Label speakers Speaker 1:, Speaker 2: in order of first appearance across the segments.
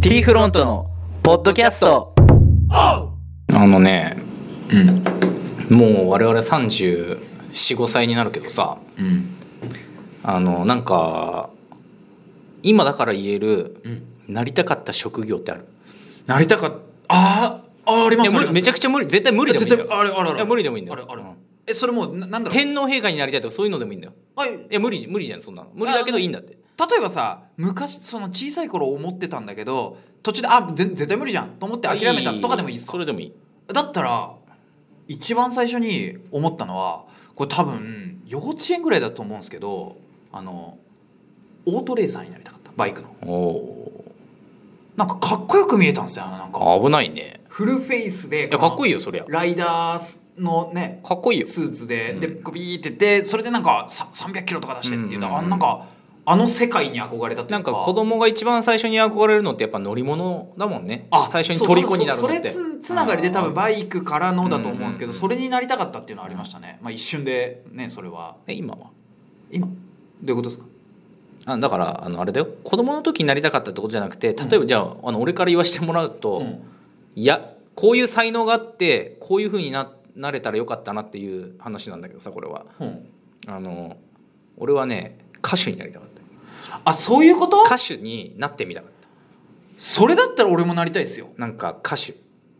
Speaker 1: T フロントのポッドキャスト
Speaker 2: あのね
Speaker 3: うん
Speaker 2: もう我々345歳になるけどさ
Speaker 3: うん
Speaker 2: あのなんか今だから言える、
Speaker 3: ん
Speaker 2: なりたかった職業ってある
Speaker 3: なりたかっあーあーありま
Speaker 2: いや
Speaker 3: す
Speaker 2: 無理めちゃ
Speaker 3: く
Speaker 2: くちゃ無理絶対無理でもいいんだよ
Speaker 3: あれあれあ
Speaker 2: い
Speaker 3: れ
Speaker 2: や無理でもいいんだよ
Speaker 3: あれあれ
Speaker 2: うん
Speaker 3: えそれもうななんだろう
Speaker 2: 天皇陛下になりたいとかそういうのでもいいんだよ
Speaker 3: あい
Speaker 2: いや無理じ無理じゃんそんなの無理だけどいいんだって
Speaker 3: 例えばさ昔その小さい頃思ってたんだけど途中であぜ絶対無理じゃんと思って諦めたとかでもいいですか
Speaker 2: それでもいい
Speaker 3: だったら一番最初に思ったのはこれ多分幼稚園ぐらいだと思うんですけどあのオートレーサーになりたかったバイクの
Speaker 2: おお
Speaker 3: なんかかっこよく見えたんですよあのなんか
Speaker 2: 危ないね
Speaker 3: フルフェイスで
Speaker 2: いやかっこいい
Speaker 3: い
Speaker 2: よそりゃ
Speaker 3: ライダーのね
Speaker 2: かっこいいよ
Speaker 3: スーツで、
Speaker 2: うん
Speaker 3: でビーってでそれでなんかさ300キロとか出してっていうのは、
Speaker 2: うんうんうん
Speaker 3: あのなんかあの世界に憧れたってい
Speaker 2: な
Speaker 3: うん
Speaker 2: か子供が一番最初に憧れるのってやっぱ乗り物だもんね最初に虜になるの
Speaker 3: そう
Speaker 2: っ
Speaker 3: そ
Speaker 2: て
Speaker 3: れつつながりで多分バイクからのだと思うんですけど、
Speaker 2: うんうんうん
Speaker 3: それになりたかったっていうのはありましたね、まあ、一瞬でねそれは
Speaker 2: え今は
Speaker 3: 今どういうことですか
Speaker 2: あだからあのあれだよ子供の時になりたかったってことじゃなくて例えば、じゃああの俺から言わせてもらうと、
Speaker 3: うん
Speaker 2: いやこういう才能があってこういうふうにななれたらよかったなっていう話なんだけどさこれは
Speaker 3: うん
Speaker 2: あの俺はね歌手になりたかった
Speaker 3: あそういうこと
Speaker 2: 歌手になってみたかった
Speaker 3: それだったら俺もなりたいですよ
Speaker 2: なんか歌手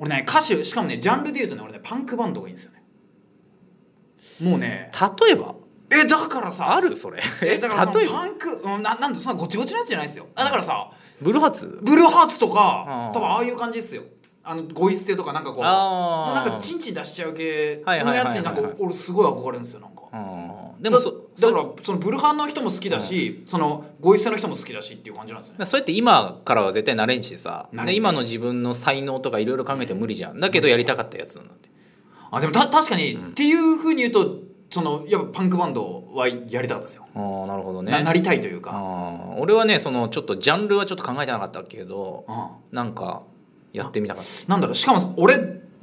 Speaker 3: 俺ね歌手しかもねジャンルで言うとね俺ねパンクバンドがいいんですよねもうね
Speaker 2: 例えば
Speaker 3: えだからさ
Speaker 2: あるそれ
Speaker 3: え
Speaker 2: え
Speaker 3: だからそ
Speaker 2: 例
Speaker 3: の
Speaker 2: えば
Speaker 3: パンク、うん、ななんでそんなごちごちなやつじゃないですよあだからさ
Speaker 2: ブルーハーツ
Speaker 3: ブルーハーツと
Speaker 2: あ
Speaker 3: か
Speaker 2: あ
Speaker 3: 多分ああいう感じですよあのゴイ捨てとかなんかこう
Speaker 2: ああ
Speaker 3: なんかチンチン出しちゃう系
Speaker 2: はいはい
Speaker 3: の
Speaker 2: はいはい
Speaker 3: やつになんか俺すごい憧れるんですよなんか
Speaker 2: うんでもそ
Speaker 3: だだからそのブルハンの人も好きだし、そのゴイ捨ての人も好きだしっていう感じなんです
Speaker 2: だ
Speaker 3: ね
Speaker 2: からそうやって今からは絶対慣れんしさ
Speaker 3: 慣れん
Speaker 2: で今の自分の才能とかいろいろ考えても無理じゃんだけどやりたかったやつなんだって
Speaker 3: あでもた確かに、っていうふうに言うとそのやっぱパンクバンドはやりたかったですよ、
Speaker 2: ああなるほど
Speaker 3: な
Speaker 2: ね
Speaker 3: なりたいというか、
Speaker 2: あー俺はねそのちょっとジャンルはちょっと考えてなかったけど
Speaker 3: うん
Speaker 2: なんかやってみたかっ
Speaker 3: なんだろうしかも俺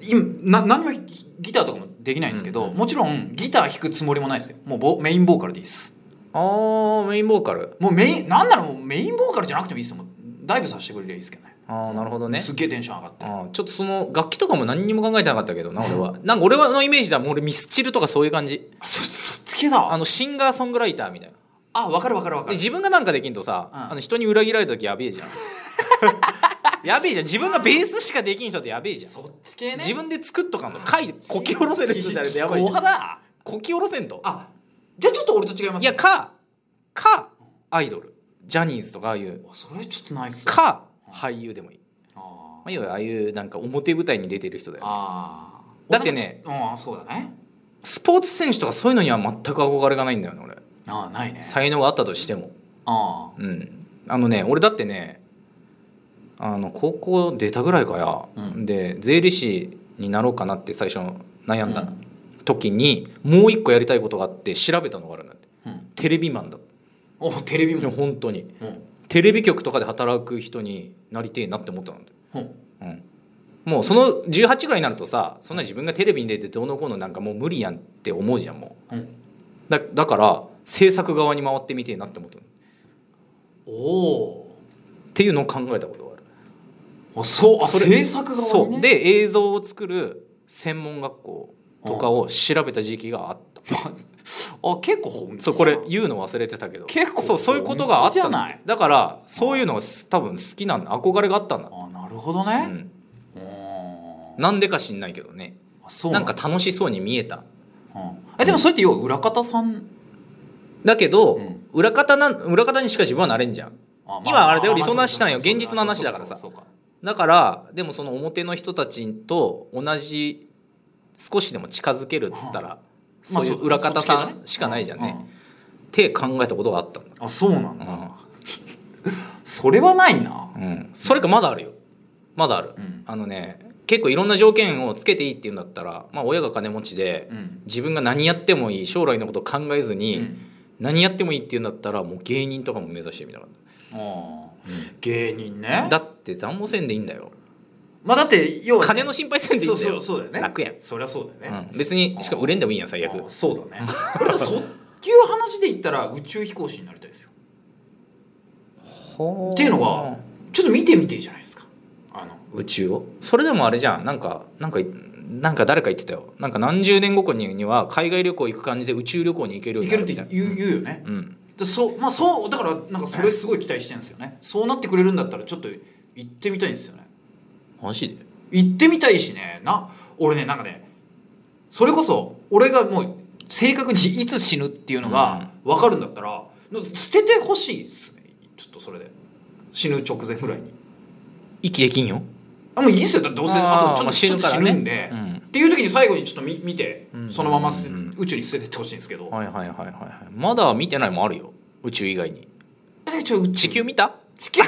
Speaker 3: 今な何もギターとかもできないんですけど、もちろんギター弾くつもりもないですよもうボメインボーカルでいいです
Speaker 2: たあーメインボーカル
Speaker 3: もうメインなんならもうメインボーカルじゃなくてもいいですよもうダイブさせてくれりゃいいですけどね
Speaker 2: ああなるほどね
Speaker 3: すっげえテンション上がって
Speaker 2: あーちょっとその楽器とかも何にも考えてなかったけどな俺はなんか俺はのイメージだもう俺ミスチルとかそういう感じ
Speaker 3: あそそっち系だ
Speaker 2: あのシンガーソングライターみたいな
Speaker 3: あわかるわかるわか
Speaker 2: で
Speaker 3: る
Speaker 2: 自分がなんかできんとさ、
Speaker 3: うん
Speaker 2: あの人に裏切られた時やべえ じゃんやべえじゃん自分がベースしかできん人ってやべえじゃん、
Speaker 3: そっち系ね
Speaker 2: 自分で作っとかんの貝こき下ろせる人じゃないとやばいじゃん
Speaker 3: 硬派だ
Speaker 2: こき下ろせんと
Speaker 3: あじゃあちょっと俺と違います
Speaker 2: いやかかアイドルジャニーズとかああいう
Speaker 3: それちょっとないっす
Speaker 2: か俳優でもいい、
Speaker 3: あ
Speaker 2: まあ、要はああいうなんか表舞台に出てる人だよね
Speaker 3: あ
Speaker 2: だってね
Speaker 3: うんそうだね
Speaker 2: スポーツ選手とかそういうのには全く憧れがないんだよね俺
Speaker 3: ああないね
Speaker 2: 才能があったとしても
Speaker 3: あ
Speaker 2: うんあのね俺だってねあの高校出たぐらいかや、
Speaker 3: うん
Speaker 2: で税理士になろうかなって最初悩ん
Speaker 3: う
Speaker 2: だ
Speaker 3: ん
Speaker 2: 時に、もう一個やりたいことがあって調べたのがあるんだって
Speaker 3: あうん
Speaker 2: テレビマンだっ
Speaker 3: おテレビ
Speaker 2: て
Speaker 3: も
Speaker 2: 本当に
Speaker 3: うん
Speaker 2: テレビ局とかで働く人になりてえなって思ったんだって
Speaker 3: うん
Speaker 2: うん、もうその18ぐらいになるとさそんな自分がテレビに出てどうのこうのなんかもう無理やんって思うじゃんも
Speaker 3: うん
Speaker 2: うだだから制作側に回ってみてえなって思ったのっ
Speaker 3: おお
Speaker 2: ていうのを考えたことがある
Speaker 3: あそうあ
Speaker 2: それ
Speaker 3: 制作側
Speaker 2: そ
Speaker 3: に
Speaker 2: う
Speaker 3: ね
Speaker 2: で映像を作る専門学校とかを調べた時期があった、
Speaker 3: あ結構本気
Speaker 2: そうこれ言うの忘れてたけど
Speaker 3: 結構
Speaker 2: そうそういうことがあっ
Speaker 3: じ
Speaker 2: た
Speaker 3: ゃ
Speaker 2: ん
Speaker 3: な
Speaker 2: だ
Speaker 3: い
Speaker 2: だからそういうのがす多分好きなんだ憧れがあったんだ、
Speaker 3: あなるほど
Speaker 2: う
Speaker 3: ね
Speaker 2: ん、
Speaker 3: うん
Speaker 2: なんでか知んないけどね
Speaker 3: あそう
Speaker 2: な
Speaker 3: なんん
Speaker 2: か
Speaker 3: か、
Speaker 2: 楽しそうに見えた
Speaker 3: うん、えでもそれって要は裏方さん、
Speaker 2: だけど、
Speaker 3: うん
Speaker 2: 裏方なん裏方にしか自分はなれんじゃん
Speaker 3: あま
Speaker 2: 今あれだよ
Speaker 3: ま
Speaker 2: 理想の話したんよ
Speaker 3: そうそうそう
Speaker 2: 現実の話だからさ
Speaker 3: そうそうそうそう
Speaker 2: だからでもその表の人たちと同じ少しでも近づけるっつったら、そういう
Speaker 3: まあ
Speaker 2: 裏方さ
Speaker 3: そっち系だ
Speaker 2: ん
Speaker 3: ね
Speaker 2: しかないじゃんね、っ
Speaker 3: う
Speaker 2: て考えたことがあったんだ、
Speaker 3: あそうなんだ、
Speaker 2: うん
Speaker 3: それはないな
Speaker 2: うん、それかまだあるよまだある、
Speaker 3: うん
Speaker 2: あのね結構いろんな条件をつけていいっていうんだったら、まあ、親が金持ちで、
Speaker 3: うん
Speaker 2: 自分が何やってもいい将来のこと考えずに、
Speaker 3: うん
Speaker 2: 何やってもいいっていうんだったらもう芸人とかも目指してみたかっ
Speaker 3: あー芸人
Speaker 2: た
Speaker 3: ね
Speaker 2: だって残もせんでいいんだよ
Speaker 3: まあだって要は
Speaker 2: 金の心配せんでいい
Speaker 3: そ
Speaker 2: ん
Speaker 3: う
Speaker 2: だよ
Speaker 3: そうそうだよね
Speaker 2: 楽やん
Speaker 3: そりゃそうだよね、
Speaker 2: うん、別にしかも売れんでもいいやん最悪
Speaker 3: あーそうだね 俺でもそういう話で言ったら宇宙飛行士になりたいですよっていうのがちちょっと見てみていいじゃないですかあの
Speaker 2: 宇宙をそれでもあれじゃんなんかなんかなんか誰か言ってたよなんか何十年後にには海外旅行行く感じで宇宙旅行に行けるよう
Speaker 3: い
Speaker 2: に
Speaker 3: け
Speaker 2: なる
Speaker 3: るって
Speaker 2: みた
Speaker 3: 言
Speaker 2: いうな
Speaker 3: 言う言うよね、
Speaker 2: うん
Speaker 3: でそうまあそうだからなんかそれすごい期待してるんですよねそうなってくれるんだったらちょっと行ってみたいんですよね
Speaker 2: マジで
Speaker 3: 行ってみたいしねな俺ねなんかねそれこそ俺がもう正確にいつ死ぬっていうのが分かるんだったら、捨ててほしいですねちょっとそれで死ぬ直前ぐらいに
Speaker 2: 息できんよ
Speaker 3: あもういいっすよだってどうせ
Speaker 2: あー
Speaker 3: あとち
Speaker 2: ま
Speaker 3: ょっと
Speaker 2: あ死
Speaker 3: ちょ
Speaker 2: ぬ
Speaker 3: っと
Speaker 2: から
Speaker 3: 死
Speaker 2: ね
Speaker 3: ぬんで、
Speaker 2: うん
Speaker 3: っていう時に最後にちょっと見見て
Speaker 2: うん
Speaker 3: そのまま捨て
Speaker 2: うん
Speaker 3: 宇宙に捨ててってほしいんですけど、
Speaker 2: はいはいはいはいはいまだ見てないもんあるよ宇宙以外に
Speaker 3: えちょ宇宙
Speaker 2: 地球見た
Speaker 3: 地球地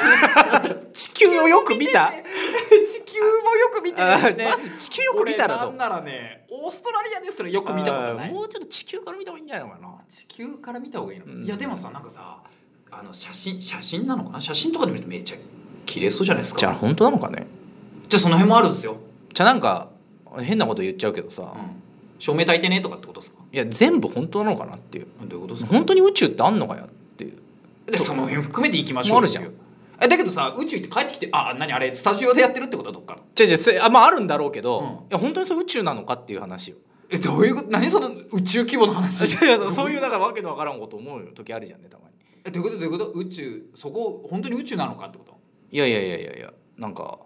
Speaker 2: 地球をよく見た
Speaker 3: 球もよく見てる
Speaker 2: あ
Speaker 3: し
Speaker 2: ー
Speaker 3: ね
Speaker 2: まず地球よく見たら
Speaker 3: 俺
Speaker 2: と
Speaker 3: なんならねオーストラリアですらよく見たことない
Speaker 2: もうちょっと地球から見た方がいいんじゃないのかな
Speaker 3: 地球から見た方がいいの、
Speaker 2: うん
Speaker 3: いやでもさなんかさあの写真写真なのかな写真とかで見るとめっちゃ綺麗そうじゃないですか
Speaker 2: じゃあ本当なのかね
Speaker 3: じゃあその辺もあるんですよ、
Speaker 2: じゃあなんか変なこと言っちゃうけどさ、
Speaker 3: う
Speaker 2: い
Speaker 3: ん、照明焚いてねとかってことですか
Speaker 2: や全部本当なのかなっていう
Speaker 3: どういうことですか
Speaker 2: 本当に宇宙ってあんのかよっていう
Speaker 3: でその辺含めていきましょう
Speaker 2: もうあるじゃん
Speaker 3: えだけどさ宇宙行って帰ってきてあ何あれスタジオでやってるってことはどっかの
Speaker 2: じゃじゃそれあまああるんだろうけど、
Speaker 3: うん
Speaker 2: いや本当にそれ宇宙なのかっていう話よ
Speaker 3: えどういうこと何その宇宙規模の 話
Speaker 2: いやいやそういうだからわけのわからんこと思う時あるじゃんねたまに
Speaker 3: えどういうことどういうこと宇宙そこ本当に宇宙なのかってこと
Speaker 2: いやいやいやいやいやなんか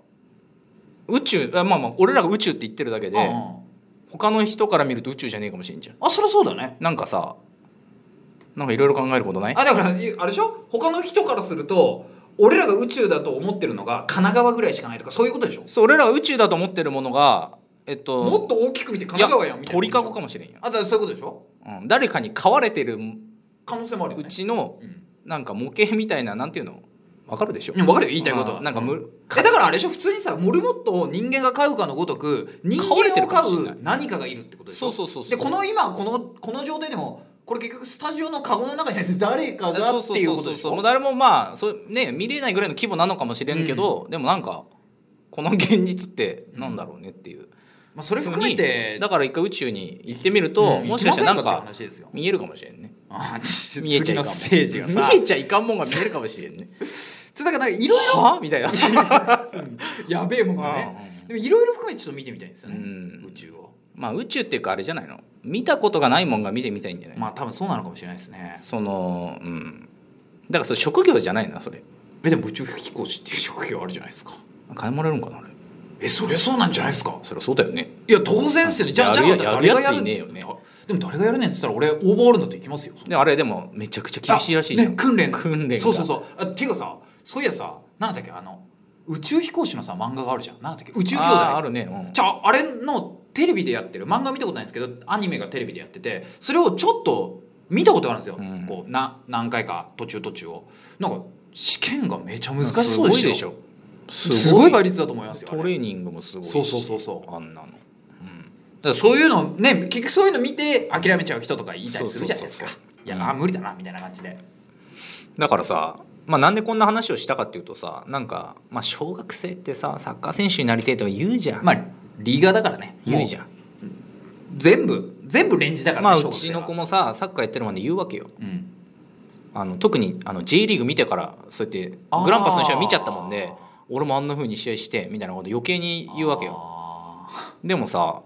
Speaker 2: 宇宙あまあまあ俺らが宇宙って言ってるだけで、
Speaker 3: うんうん
Speaker 2: 他の人から見ると宇宙じゃねえかもしれんじゃん
Speaker 3: あそりゃそうだね
Speaker 2: なんかさなんかいろいろ考えることない
Speaker 3: あだからゆあれでしょ他の人からすると俺らが宇宙だと思ってるのが神奈川ぐらいしかないとかそういうことでしょ
Speaker 2: そう俺らが宇宙だと思ってるものがえっ
Speaker 3: も
Speaker 2: と
Speaker 3: っと大きく見て神奈川やんみたいな
Speaker 2: 鳥かごかもしれんよ、
Speaker 3: あだからそういうことでしょ
Speaker 2: うん、誰かに飼われてる
Speaker 3: 可能性もあるよ
Speaker 2: う
Speaker 3: ね
Speaker 2: ちの
Speaker 3: うん
Speaker 2: なんか模型みたいななんていうのわかるでしょ
Speaker 3: いや分かるよ言いたいこと
Speaker 2: う
Speaker 3: は
Speaker 2: んなんかむ
Speaker 3: えだからあれでしょ普通にさモルモットを人間が飼うかのごとく人
Speaker 2: 飼われて
Speaker 3: 間
Speaker 2: る
Speaker 3: を
Speaker 2: かも
Speaker 3: 飼
Speaker 2: しれないう
Speaker 3: 何かがいるってことでし
Speaker 2: そ
Speaker 3: ょ
Speaker 2: うそうそうそう
Speaker 3: でこの今このこの状態でもこれ結局スタジオのカゴの中にある誰かが
Speaker 2: そう
Speaker 3: って
Speaker 2: そう
Speaker 3: いう
Speaker 2: そう
Speaker 3: こと
Speaker 2: そう
Speaker 3: でし
Speaker 2: そうもう
Speaker 3: ょ
Speaker 2: 誰もまあそうね見れないぐらいの規模なのかもしれんけど、でもなんかこの現実ってなんだろうねっていう、
Speaker 3: まあそれ含めて
Speaker 2: だから一回宇宙に行ってみると、
Speaker 3: うん
Speaker 2: もしかしたらなん
Speaker 3: 行き
Speaker 2: か
Speaker 3: ませんって話ですよ
Speaker 2: 見えるかもしれんね
Speaker 3: あち
Speaker 2: 見えちゃいかん
Speaker 3: 次のステージが
Speaker 2: 見
Speaker 3: さ
Speaker 2: えちゃいかんもんが見えるかもしれん ね
Speaker 3: つだからなんかいろいろ
Speaker 2: はみたいな
Speaker 3: やべえもんが ねでもいろいろ含めてちょっと見てみたいんですよね、
Speaker 2: うん
Speaker 3: 宇宙を
Speaker 2: まあ宇宙っていうかあれじゃないの見たことがないもんが見てみたいんじゃない、
Speaker 3: まあ多分そうなのかもしれないですね
Speaker 2: そのうんだからそれ職業じゃないなそれ
Speaker 3: えでも宇宙飛行士っていう職業あるじゃないですか
Speaker 2: 金もらえるんかなあれ
Speaker 3: えそりゃそうなんじゃないですか
Speaker 2: そりゃそうだよね
Speaker 3: いや当然っすよねじゃあじゃあ
Speaker 2: やるや
Speaker 3: 誰が
Speaker 2: やるやつい
Speaker 3: る
Speaker 2: ねえよね
Speaker 3: でも誰がやるねんっつったら俺応募あるんだって行きますよ
Speaker 2: であれでもめちゃくちゃ厳しいらしいじゃん、
Speaker 3: あね訓練
Speaker 2: 訓練が
Speaker 3: そうそうそうあていうかさそういやさなんだっけあの宇宙飛行士のさ漫画があるじゃんなんだっけ宇宙兄弟
Speaker 2: あーあるね、うん
Speaker 3: じゃああれのテレビでやってる漫画見たことないんですけどアニメがテレビでやっててそれをちょっと見たことがあるんですよ、
Speaker 2: うん
Speaker 3: こうな何回か途中途中をなんか試験がめちゃ難しそうです
Speaker 2: ごい
Speaker 3: よ
Speaker 2: でしょす
Speaker 3: すごい倍率だと思いますよあ
Speaker 2: ト
Speaker 3: れ
Speaker 2: レーニングもすごいし
Speaker 3: そうそうそうそう
Speaker 2: あんなの、
Speaker 3: だからそういうのね結局そういうの見て諦めちゃう人とかいたりするじゃないですか
Speaker 2: そうそうそうそう
Speaker 3: いや
Speaker 2: うん
Speaker 3: あー無理だなみたいな感じで
Speaker 2: だからさ、まあ、なんでこんな話をしたかっていうとさなんか、まあ、小学生ってさサッカー選手になりてえとか言うじゃん、
Speaker 3: まあリーガーだからね
Speaker 2: 言うじゃん
Speaker 3: 全部全部レンジだから、ね
Speaker 2: まあ
Speaker 3: 小
Speaker 2: う
Speaker 3: 学生
Speaker 2: ちの
Speaker 3: は
Speaker 2: 子もさサッカーやってるまで言うわけよ
Speaker 3: うん
Speaker 2: あの特にあの J リーグ見てからそうやってグランパスの試合見ちゃったもんで俺もあんな風に試合してみたいなこと余計に言うわけよ
Speaker 3: よ
Speaker 2: でもさ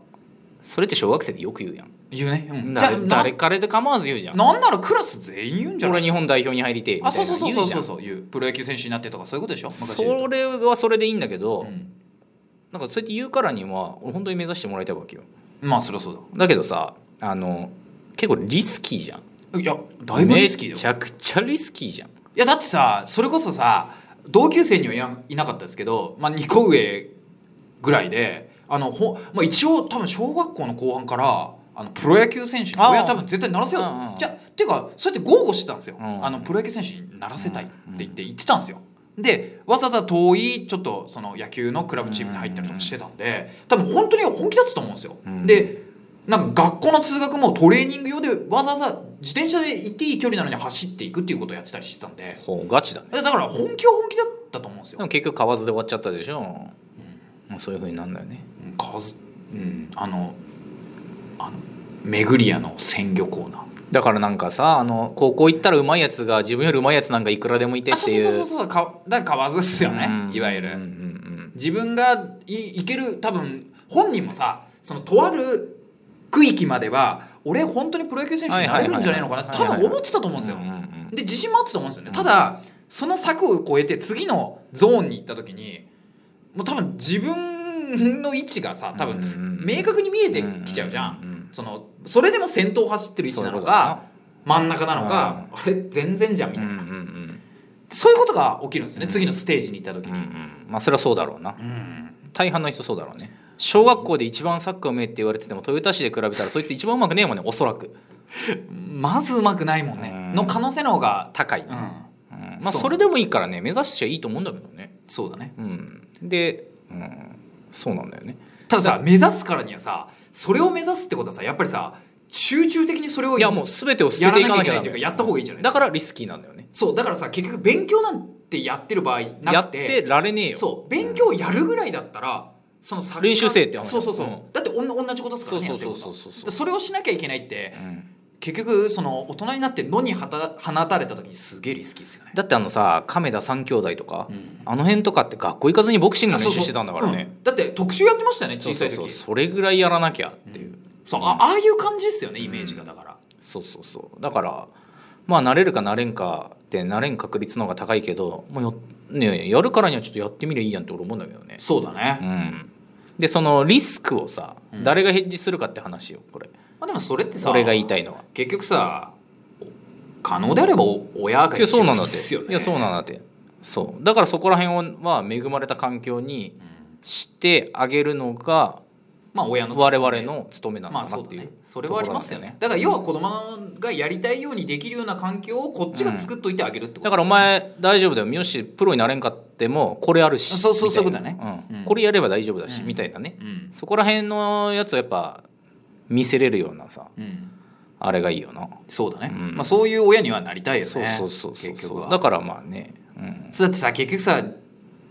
Speaker 2: それって小学生でよく言うやん
Speaker 3: 言うね、うん、
Speaker 2: だ
Speaker 3: じゃあ
Speaker 2: 誰彼で構わず言うじゃん
Speaker 3: なんならクラス全員言うんじゃない
Speaker 2: 俺日本代表に入りてえみた
Speaker 3: あ
Speaker 2: い
Speaker 3: そう
Speaker 2: な
Speaker 3: そう
Speaker 2: の
Speaker 3: そ
Speaker 2: 言
Speaker 3: うそう
Speaker 2: うじゃ
Speaker 3: そうんそういうプロ野球選手になってとかそういうことでしょ昔で言う
Speaker 2: それはそれでいいんだけど、
Speaker 3: とうん
Speaker 2: なんかそうやって言うからには俺本当に目指してもらいたいわけよ
Speaker 3: まあそりゃそう
Speaker 2: だけどさあの結構リスキーじゃん
Speaker 3: だいやだいぶリスキー
Speaker 2: め
Speaker 3: だ
Speaker 2: ち
Speaker 3: よ
Speaker 2: ゃくちゃリスキーじゃん
Speaker 3: いやだってさそれこそさ同級生にはいないなかったですけど、まあ、2個上ぐらいであのほ、まあ、一応多分小学校の後半からあのプロ野球選手に
Speaker 2: あー
Speaker 3: 親多分絶対ならせよう
Speaker 2: うんうんうん
Speaker 3: じゃっていうかそうやって豪語してたんですよ、
Speaker 2: うん
Speaker 3: あのプロ野球選手にならせたいって言って言ってたんですよでわざわざ遠いちょっとその野球のクラブチームに入ったりとかしてたんで多分本当に本気だったと思うんですよ、
Speaker 2: うん
Speaker 3: でなんか学校の通学もトレーニング用でわざわざ自転車で行っていい距離なのに走っていくっていうことをやってたりしてたんで
Speaker 2: ほうガチだね
Speaker 3: えだから本気は本気だったと思うんです
Speaker 2: で
Speaker 3: よ
Speaker 2: も結局買わずで終わっちゃったでしょ、もうそういうふうになんだよね
Speaker 3: うん数うんあのあの巡り屋の鮮魚コーナー
Speaker 2: だからなんかさあの高校行ったらうまいやつが自分よりうまいやつなんかいくらでもいて
Speaker 3: あ
Speaker 2: っ
Speaker 3: そ
Speaker 2: て
Speaker 3: う
Speaker 2: いう
Speaker 3: そうそうそうかだからわずですよね、
Speaker 2: うん
Speaker 3: いわゆ
Speaker 2: うん
Speaker 3: る、
Speaker 2: うん
Speaker 3: 自分がいいける多分本人もさそのとある区域までは俺本当にプロ野球選手になれるんじゃないのかなって
Speaker 2: はいは
Speaker 3: 多
Speaker 2: いはいはい
Speaker 3: 分思ってたと思うんです
Speaker 2: うん
Speaker 3: よ、
Speaker 2: うんうん
Speaker 3: で自信もあってたと思うんですよね、ただその柵を越えて次のゾーンに行った時にもう多分自分の位置がさ多分つ、
Speaker 2: うんうんうん
Speaker 3: 明確に見えてきちゃうじゃん、
Speaker 2: ううう
Speaker 3: そのそれでも先頭を走ってる位置なのか真ん中なのか、あれ全然じゃんみ
Speaker 2: うん
Speaker 3: た
Speaker 2: う
Speaker 3: い
Speaker 2: ん
Speaker 3: な、
Speaker 2: うんうん
Speaker 3: そういうことが起きるんですよね、
Speaker 2: うん
Speaker 3: 次のステージに行った時
Speaker 2: うんう
Speaker 3: に、
Speaker 2: んまあそれはそうだろうな
Speaker 3: うん
Speaker 2: 大半の人そうだろうね小学校で一番サッカーうめえって言われてても豊田市で比べたらそいつ一番うまくねえもんねおそらく
Speaker 3: まずうまくないもんね、
Speaker 2: うん
Speaker 3: の可能性の方が、
Speaker 2: 高い、
Speaker 3: う
Speaker 2: ね
Speaker 3: ん、
Speaker 2: うんまあ
Speaker 3: そう
Speaker 2: それでもいいからね目指しちゃいいと思うんだけどね
Speaker 3: そうだね
Speaker 2: うんで、うん、そうなんだよね
Speaker 3: たださ目指すからにはさそれを目指すってことはさやっぱりさ集中的にそれを
Speaker 2: いやもう全てを捨てていかなきゃダメ
Speaker 3: やらなきゃいけないというかやった方がいいじゃない
Speaker 2: だからリスキーなんだよね
Speaker 3: そうだからさ結局勉強なんてやってる場合
Speaker 2: や
Speaker 3: な
Speaker 2: っ
Speaker 3: くて
Speaker 2: てられねえよ
Speaker 3: そう勉強やるぐらいだったらその作家
Speaker 2: 練習生って話
Speaker 3: そうそうそう、
Speaker 2: う
Speaker 3: だっておん同じことですか
Speaker 2: そ
Speaker 3: ら
Speaker 2: う
Speaker 3: ね
Speaker 2: そう
Speaker 3: やって
Speaker 2: そ
Speaker 3: る
Speaker 2: う
Speaker 3: こと
Speaker 2: そうそ
Speaker 3: は
Speaker 2: う
Speaker 3: だからそれをしなきゃいけないって
Speaker 2: うん
Speaker 3: 結局その大人になって野にはた放たれた時にすげえリスキーですよね、
Speaker 2: だってあのさ亀田三兄弟とか、
Speaker 3: うん
Speaker 2: あの辺とかって学校行かずにボクシングの練習してたんだからね
Speaker 3: うんだって特集やってましたよね
Speaker 2: そ
Speaker 3: 小
Speaker 2: う
Speaker 3: さ
Speaker 2: そ
Speaker 3: いう時
Speaker 2: そ
Speaker 3: そう
Speaker 2: うそれぐらいやらなきゃっていう、
Speaker 3: あああいう感じですよねイメージがだから、
Speaker 2: そうそうそうだからまあ慣れるか慣れんかって慣れん確率の方が高いけどもうよ、ね、やるからにはちょっとやってみりゃいいやんって俺思うんだけどね
Speaker 3: そうだね、
Speaker 2: う
Speaker 3: ま
Speaker 2: んでそのリスクをさ、
Speaker 3: うん
Speaker 2: 誰がヘッジするかって話よこれ
Speaker 3: あでもそれってさ
Speaker 2: それが言いたいのは
Speaker 3: 結局さ可能であればお親が
Speaker 2: いやそうなんだ
Speaker 3: で
Speaker 2: って
Speaker 3: すよね
Speaker 2: いやそうなんだってそうだからそこら辺をは恵まれた環境に
Speaker 3: うん
Speaker 2: してあげるのが
Speaker 3: まあ親の
Speaker 2: 我々の務めな
Speaker 3: ま
Speaker 2: の
Speaker 3: あ
Speaker 2: かな
Speaker 3: そう
Speaker 2: っ
Speaker 3: だ
Speaker 2: ていう,、
Speaker 3: ねそれはありますよねだから要は子供がやりたいようにできるような環境をこっちが作っといてあげるってこと
Speaker 2: だからお
Speaker 3: ですよね
Speaker 2: 前大丈夫だよ三好プロになれんかってもこれあるし
Speaker 3: そうそう
Speaker 2: みたな
Speaker 3: そういうことだね
Speaker 2: うん
Speaker 3: うん
Speaker 2: これやれば大丈夫だし、
Speaker 3: うん
Speaker 2: みたいなね
Speaker 3: うん
Speaker 2: そこら辺のやつをやっぱ見せれるようなさ
Speaker 3: うん
Speaker 2: あれがいいよな、
Speaker 3: そうだね、
Speaker 2: うん
Speaker 3: まあ、そういう親にはなりたいよね
Speaker 2: そうそうそうそう
Speaker 3: 結局は
Speaker 2: だからまあね、うん、
Speaker 3: そうだってさ結局さ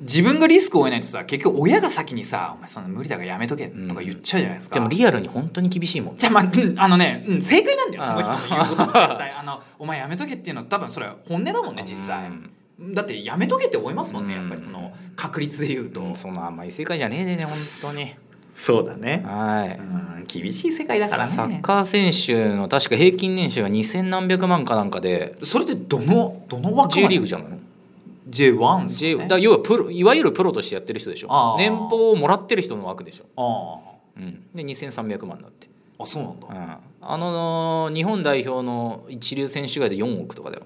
Speaker 3: 自分がリスクを負えないとさ結局親が先にさ「お前そんな無理だからやめとけ」とか言っちゃうじゃないですか、
Speaker 2: でもリアルに本当に厳しいもん
Speaker 3: じゃあまあ、うんあのね、うん、正解なんだよ
Speaker 2: あー
Speaker 3: その人の言うことは絶対あのお前やめとけっていうのは多分それは本音だもんね実際、
Speaker 2: うん
Speaker 3: だってやめとけって思いますもんね、
Speaker 2: うん
Speaker 3: やっぱりその確率で言うと、
Speaker 2: うんその甘い世界じゃねえでね本当 に
Speaker 3: そうだね
Speaker 2: はい、
Speaker 3: うん厳しい世界だからね
Speaker 2: サッカー選手の確か平均年収が2000何百万かなんかで
Speaker 3: それってどのどの枠
Speaker 2: J リーグ
Speaker 3: じ
Speaker 2: じゃないの
Speaker 3: ゃ J1 です
Speaker 2: J
Speaker 3: かね、
Speaker 2: だ要はプロいわゆるプロとしてやってる人でし
Speaker 3: あ
Speaker 2: ょ
Speaker 3: ー
Speaker 2: 年俸をもらってる人の枠でしょ、
Speaker 3: あ
Speaker 2: うん、で2300万だって、
Speaker 3: ーあそうなんだ
Speaker 2: うん、あのー日本代表の一流選手外で4億とかだよ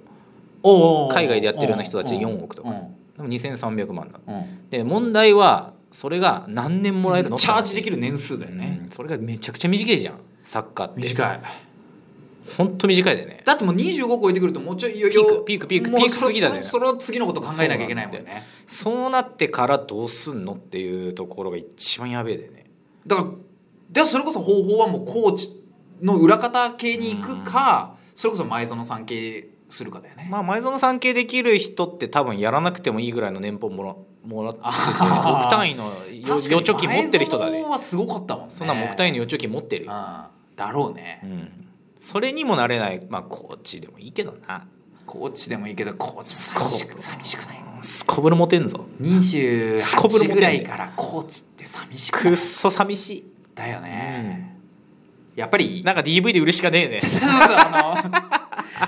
Speaker 3: おーおーおー
Speaker 2: 海外でやってるような人たち4億とか
Speaker 3: うん
Speaker 2: でも2300万だ
Speaker 3: うんうん
Speaker 2: で問題はそれが何年もらえるの
Speaker 3: チャージで
Speaker 2: き
Speaker 3: きる年数だよね、
Speaker 2: それがめちゃくちゃ短いじゃんサッカーって
Speaker 3: 短い
Speaker 2: 本当短いだよね
Speaker 3: だってもう25超えてくるともうちょいよい
Speaker 2: ピー
Speaker 3: よ
Speaker 2: クピークピーク
Speaker 3: もう
Speaker 2: ピーク過ぎだね
Speaker 3: そろそろ次のこと考えなきゃいけないもん
Speaker 2: そう
Speaker 3: ね
Speaker 2: そうなってからどうすんのっていうところが一番やべえでね
Speaker 3: だからではそれこそ方法はもうコーチの裏方系に行くか、それこそ前園さん系するかだよね、
Speaker 2: まあ前園さん系できる人って多分やらなくてもいいぐらいの年俸もらもら ってて
Speaker 3: あー
Speaker 2: 億単位のよ
Speaker 3: 確かに
Speaker 2: 預貯金持ってる人だ
Speaker 3: 前
Speaker 2: ね
Speaker 3: 園はすごかったもんね
Speaker 2: そんな億単位
Speaker 3: に
Speaker 2: の預貯金持ってるよ、
Speaker 3: だろうね、
Speaker 2: うん、それにもなれないまあコーチでもいいけどな
Speaker 3: コーチでもいいけどコーチ
Speaker 2: ごい
Speaker 3: 寂しく寂しくない
Speaker 2: すこぶるモテんぞすこぶるもん
Speaker 3: 28
Speaker 2: ね
Speaker 3: ぐらいからコーチって寂しくな
Speaker 2: く
Speaker 3: い
Speaker 2: っそ寂し
Speaker 3: だよね、やっぱり
Speaker 2: いなんか DV で売るしか ねえね
Speaker 3: そうそうあ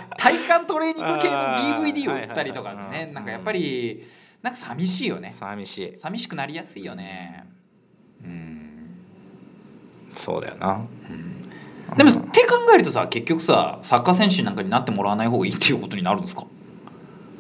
Speaker 3: の体幹トレーニング系の
Speaker 2: あー
Speaker 3: DVD を売ったりとか
Speaker 2: はいはいはい
Speaker 3: ね
Speaker 2: うん
Speaker 3: なんかやっぱりなんか寂しいよね
Speaker 2: 寂しい
Speaker 3: 寂しくなりやすいよねうん
Speaker 2: そうだよな
Speaker 3: でもって考えるとさ結局さサッカー選手なんかになってもらわない方がいいっていうことになるんですか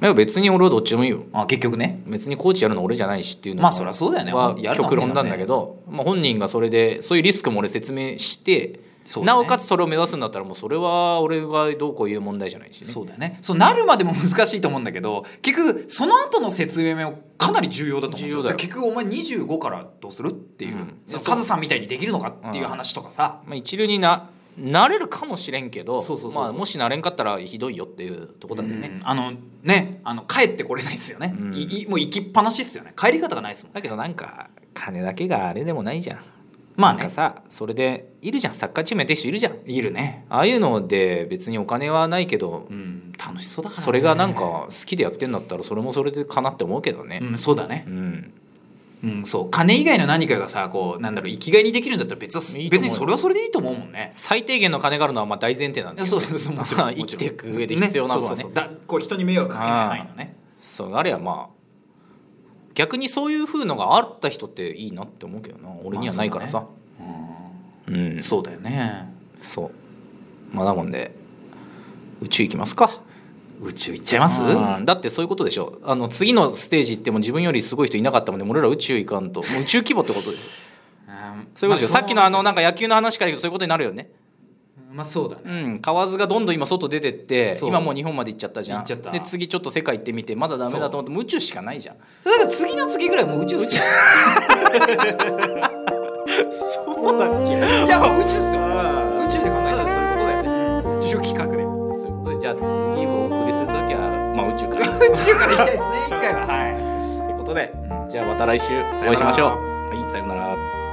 Speaker 2: いや別に俺はどっちでもいいよ
Speaker 3: あ結局ね
Speaker 2: 別にコーチやるの俺じゃないしっていうの
Speaker 3: まあそりゃそうだよね
Speaker 2: は
Speaker 3: やるのは
Speaker 2: 極論なんだけど、まあ、本人がそれでそういうリスクも俺説明して、
Speaker 3: そうだね
Speaker 2: なおかつそれを目指すんだったらもうそれは俺がどうこう言う問題じゃないしね
Speaker 3: そうだよねそうなるまでも難しいと思うんだけど結局その後の説明もかなり重要だと思うんです
Speaker 2: 重要
Speaker 3: よ
Speaker 2: だよ
Speaker 3: 結局お前25からどうするってい
Speaker 2: う
Speaker 3: う、
Speaker 2: ん
Speaker 3: そのカズさんみたいにできるのかっていう話とかさ、
Speaker 2: まあ、一流にななれるかもしれんけど
Speaker 3: そうそうそうそう
Speaker 2: まあ、もしなれんかったらひどいよっていうとこだよね、
Speaker 3: うんあのねあの帰ってこれないですよね、
Speaker 2: うん
Speaker 3: いいもう行きっぱなしですよね帰り方がないですもん
Speaker 2: だけどなんか金だけがあれでもないじゃん
Speaker 3: まあ
Speaker 2: なん
Speaker 3: ね
Speaker 2: かさそれでいるじゃんサッカーチームやってる人いるじゃん
Speaker 3: いるね
Speaker 2: ああいうので別にお金はないけど、
Speaker 3: うん楽しそうだから、ね、
Speaker 2: それがなんか好きでやってんだったらそれもそれでかなって思うけどね
Speaker 3: うんそうだね
Speaker 2: うん、
Speaker 3: うんそう金以外の何かがさこうなんだろう生きがいにできるんだったら別はい
Speaker 2: いと思
Speaker 3: 別
Speaker 2: うよ
Speaker 3: にそれはそれでいいと思うもんね
Speaker 2: 最低限の金があるのはまあ大前提なんだけど
Speaker 3: そうそうそうもちろ
Speaker 2: ま
Speaker 3: ん
Speaker 2: あ 生きていく上で必要なのはね
Speaker 3: そうそうそうだこう人に迷惑かけないのね
Speaker 2: そうあれはまあ逆にそういう風のがあった人っていいなって思うけどな俺にはないからさ、
Speaker 3: ま
Speaker 2: うん
Speaker 3: そうだよね
Speaker 2: そうまあだもんで宇宙行きますか
Speaker 3: 宇宙行っちゃいます
Speaker 2: うんだってそういうことでしょあの次のステージ行っても自分よりすごい人いなかったもんで俺ら宇宙行かんともう宇宙規模ってことで そういうことでしょ、さっきのあのなんか野球の話から言うとそういうことになるよね
Speaker 3: まあそうだね
Speaker 2: うん河津がどんどん今外出てって
Speaker 3: そう
Speaker 2: 今もう日本まで行っちゃったじゃん
Speaker 3: 行っちゃった
Speaker 2: で次ちょっと世界行ってみてまだダメだと思ってもう宇宙しかないじゃん
Speaker 3: だから次の次ぐらいもう宇宙宇宙
Speaker 2: そうだっけ
Speaker 3: いやもう宇宙っすよ宇宙で考えたら
Speaker 2: そういうことだよね
Speaker 3: 宇宙企画で宇
Speaker 2: そういうことでじゃあ次お送りするときはまあ宇宙から っ
Speaker 3: 宙から行きたいですね一回ははい
Speaker 2: てことでじゃあまた来週お会いしましょうはいさようなら